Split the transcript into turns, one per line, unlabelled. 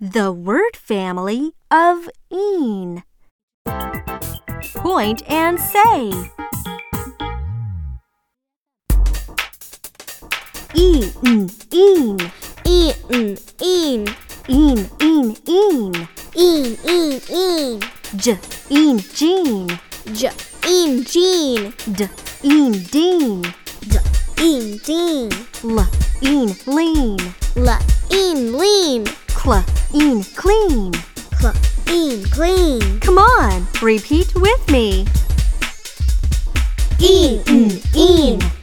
The word family of een. Point and say. Een, een,
Eaten, in,
een, een, een.
in, in, in.
J, een, jean.
J, in, jean.
D, een, dean.
D, in, dean.
L, een, lean.
L, in, lean.
Cl, een, clean.
Cl, in, clean.
Come on, repeat with me.
Eaten, e, in,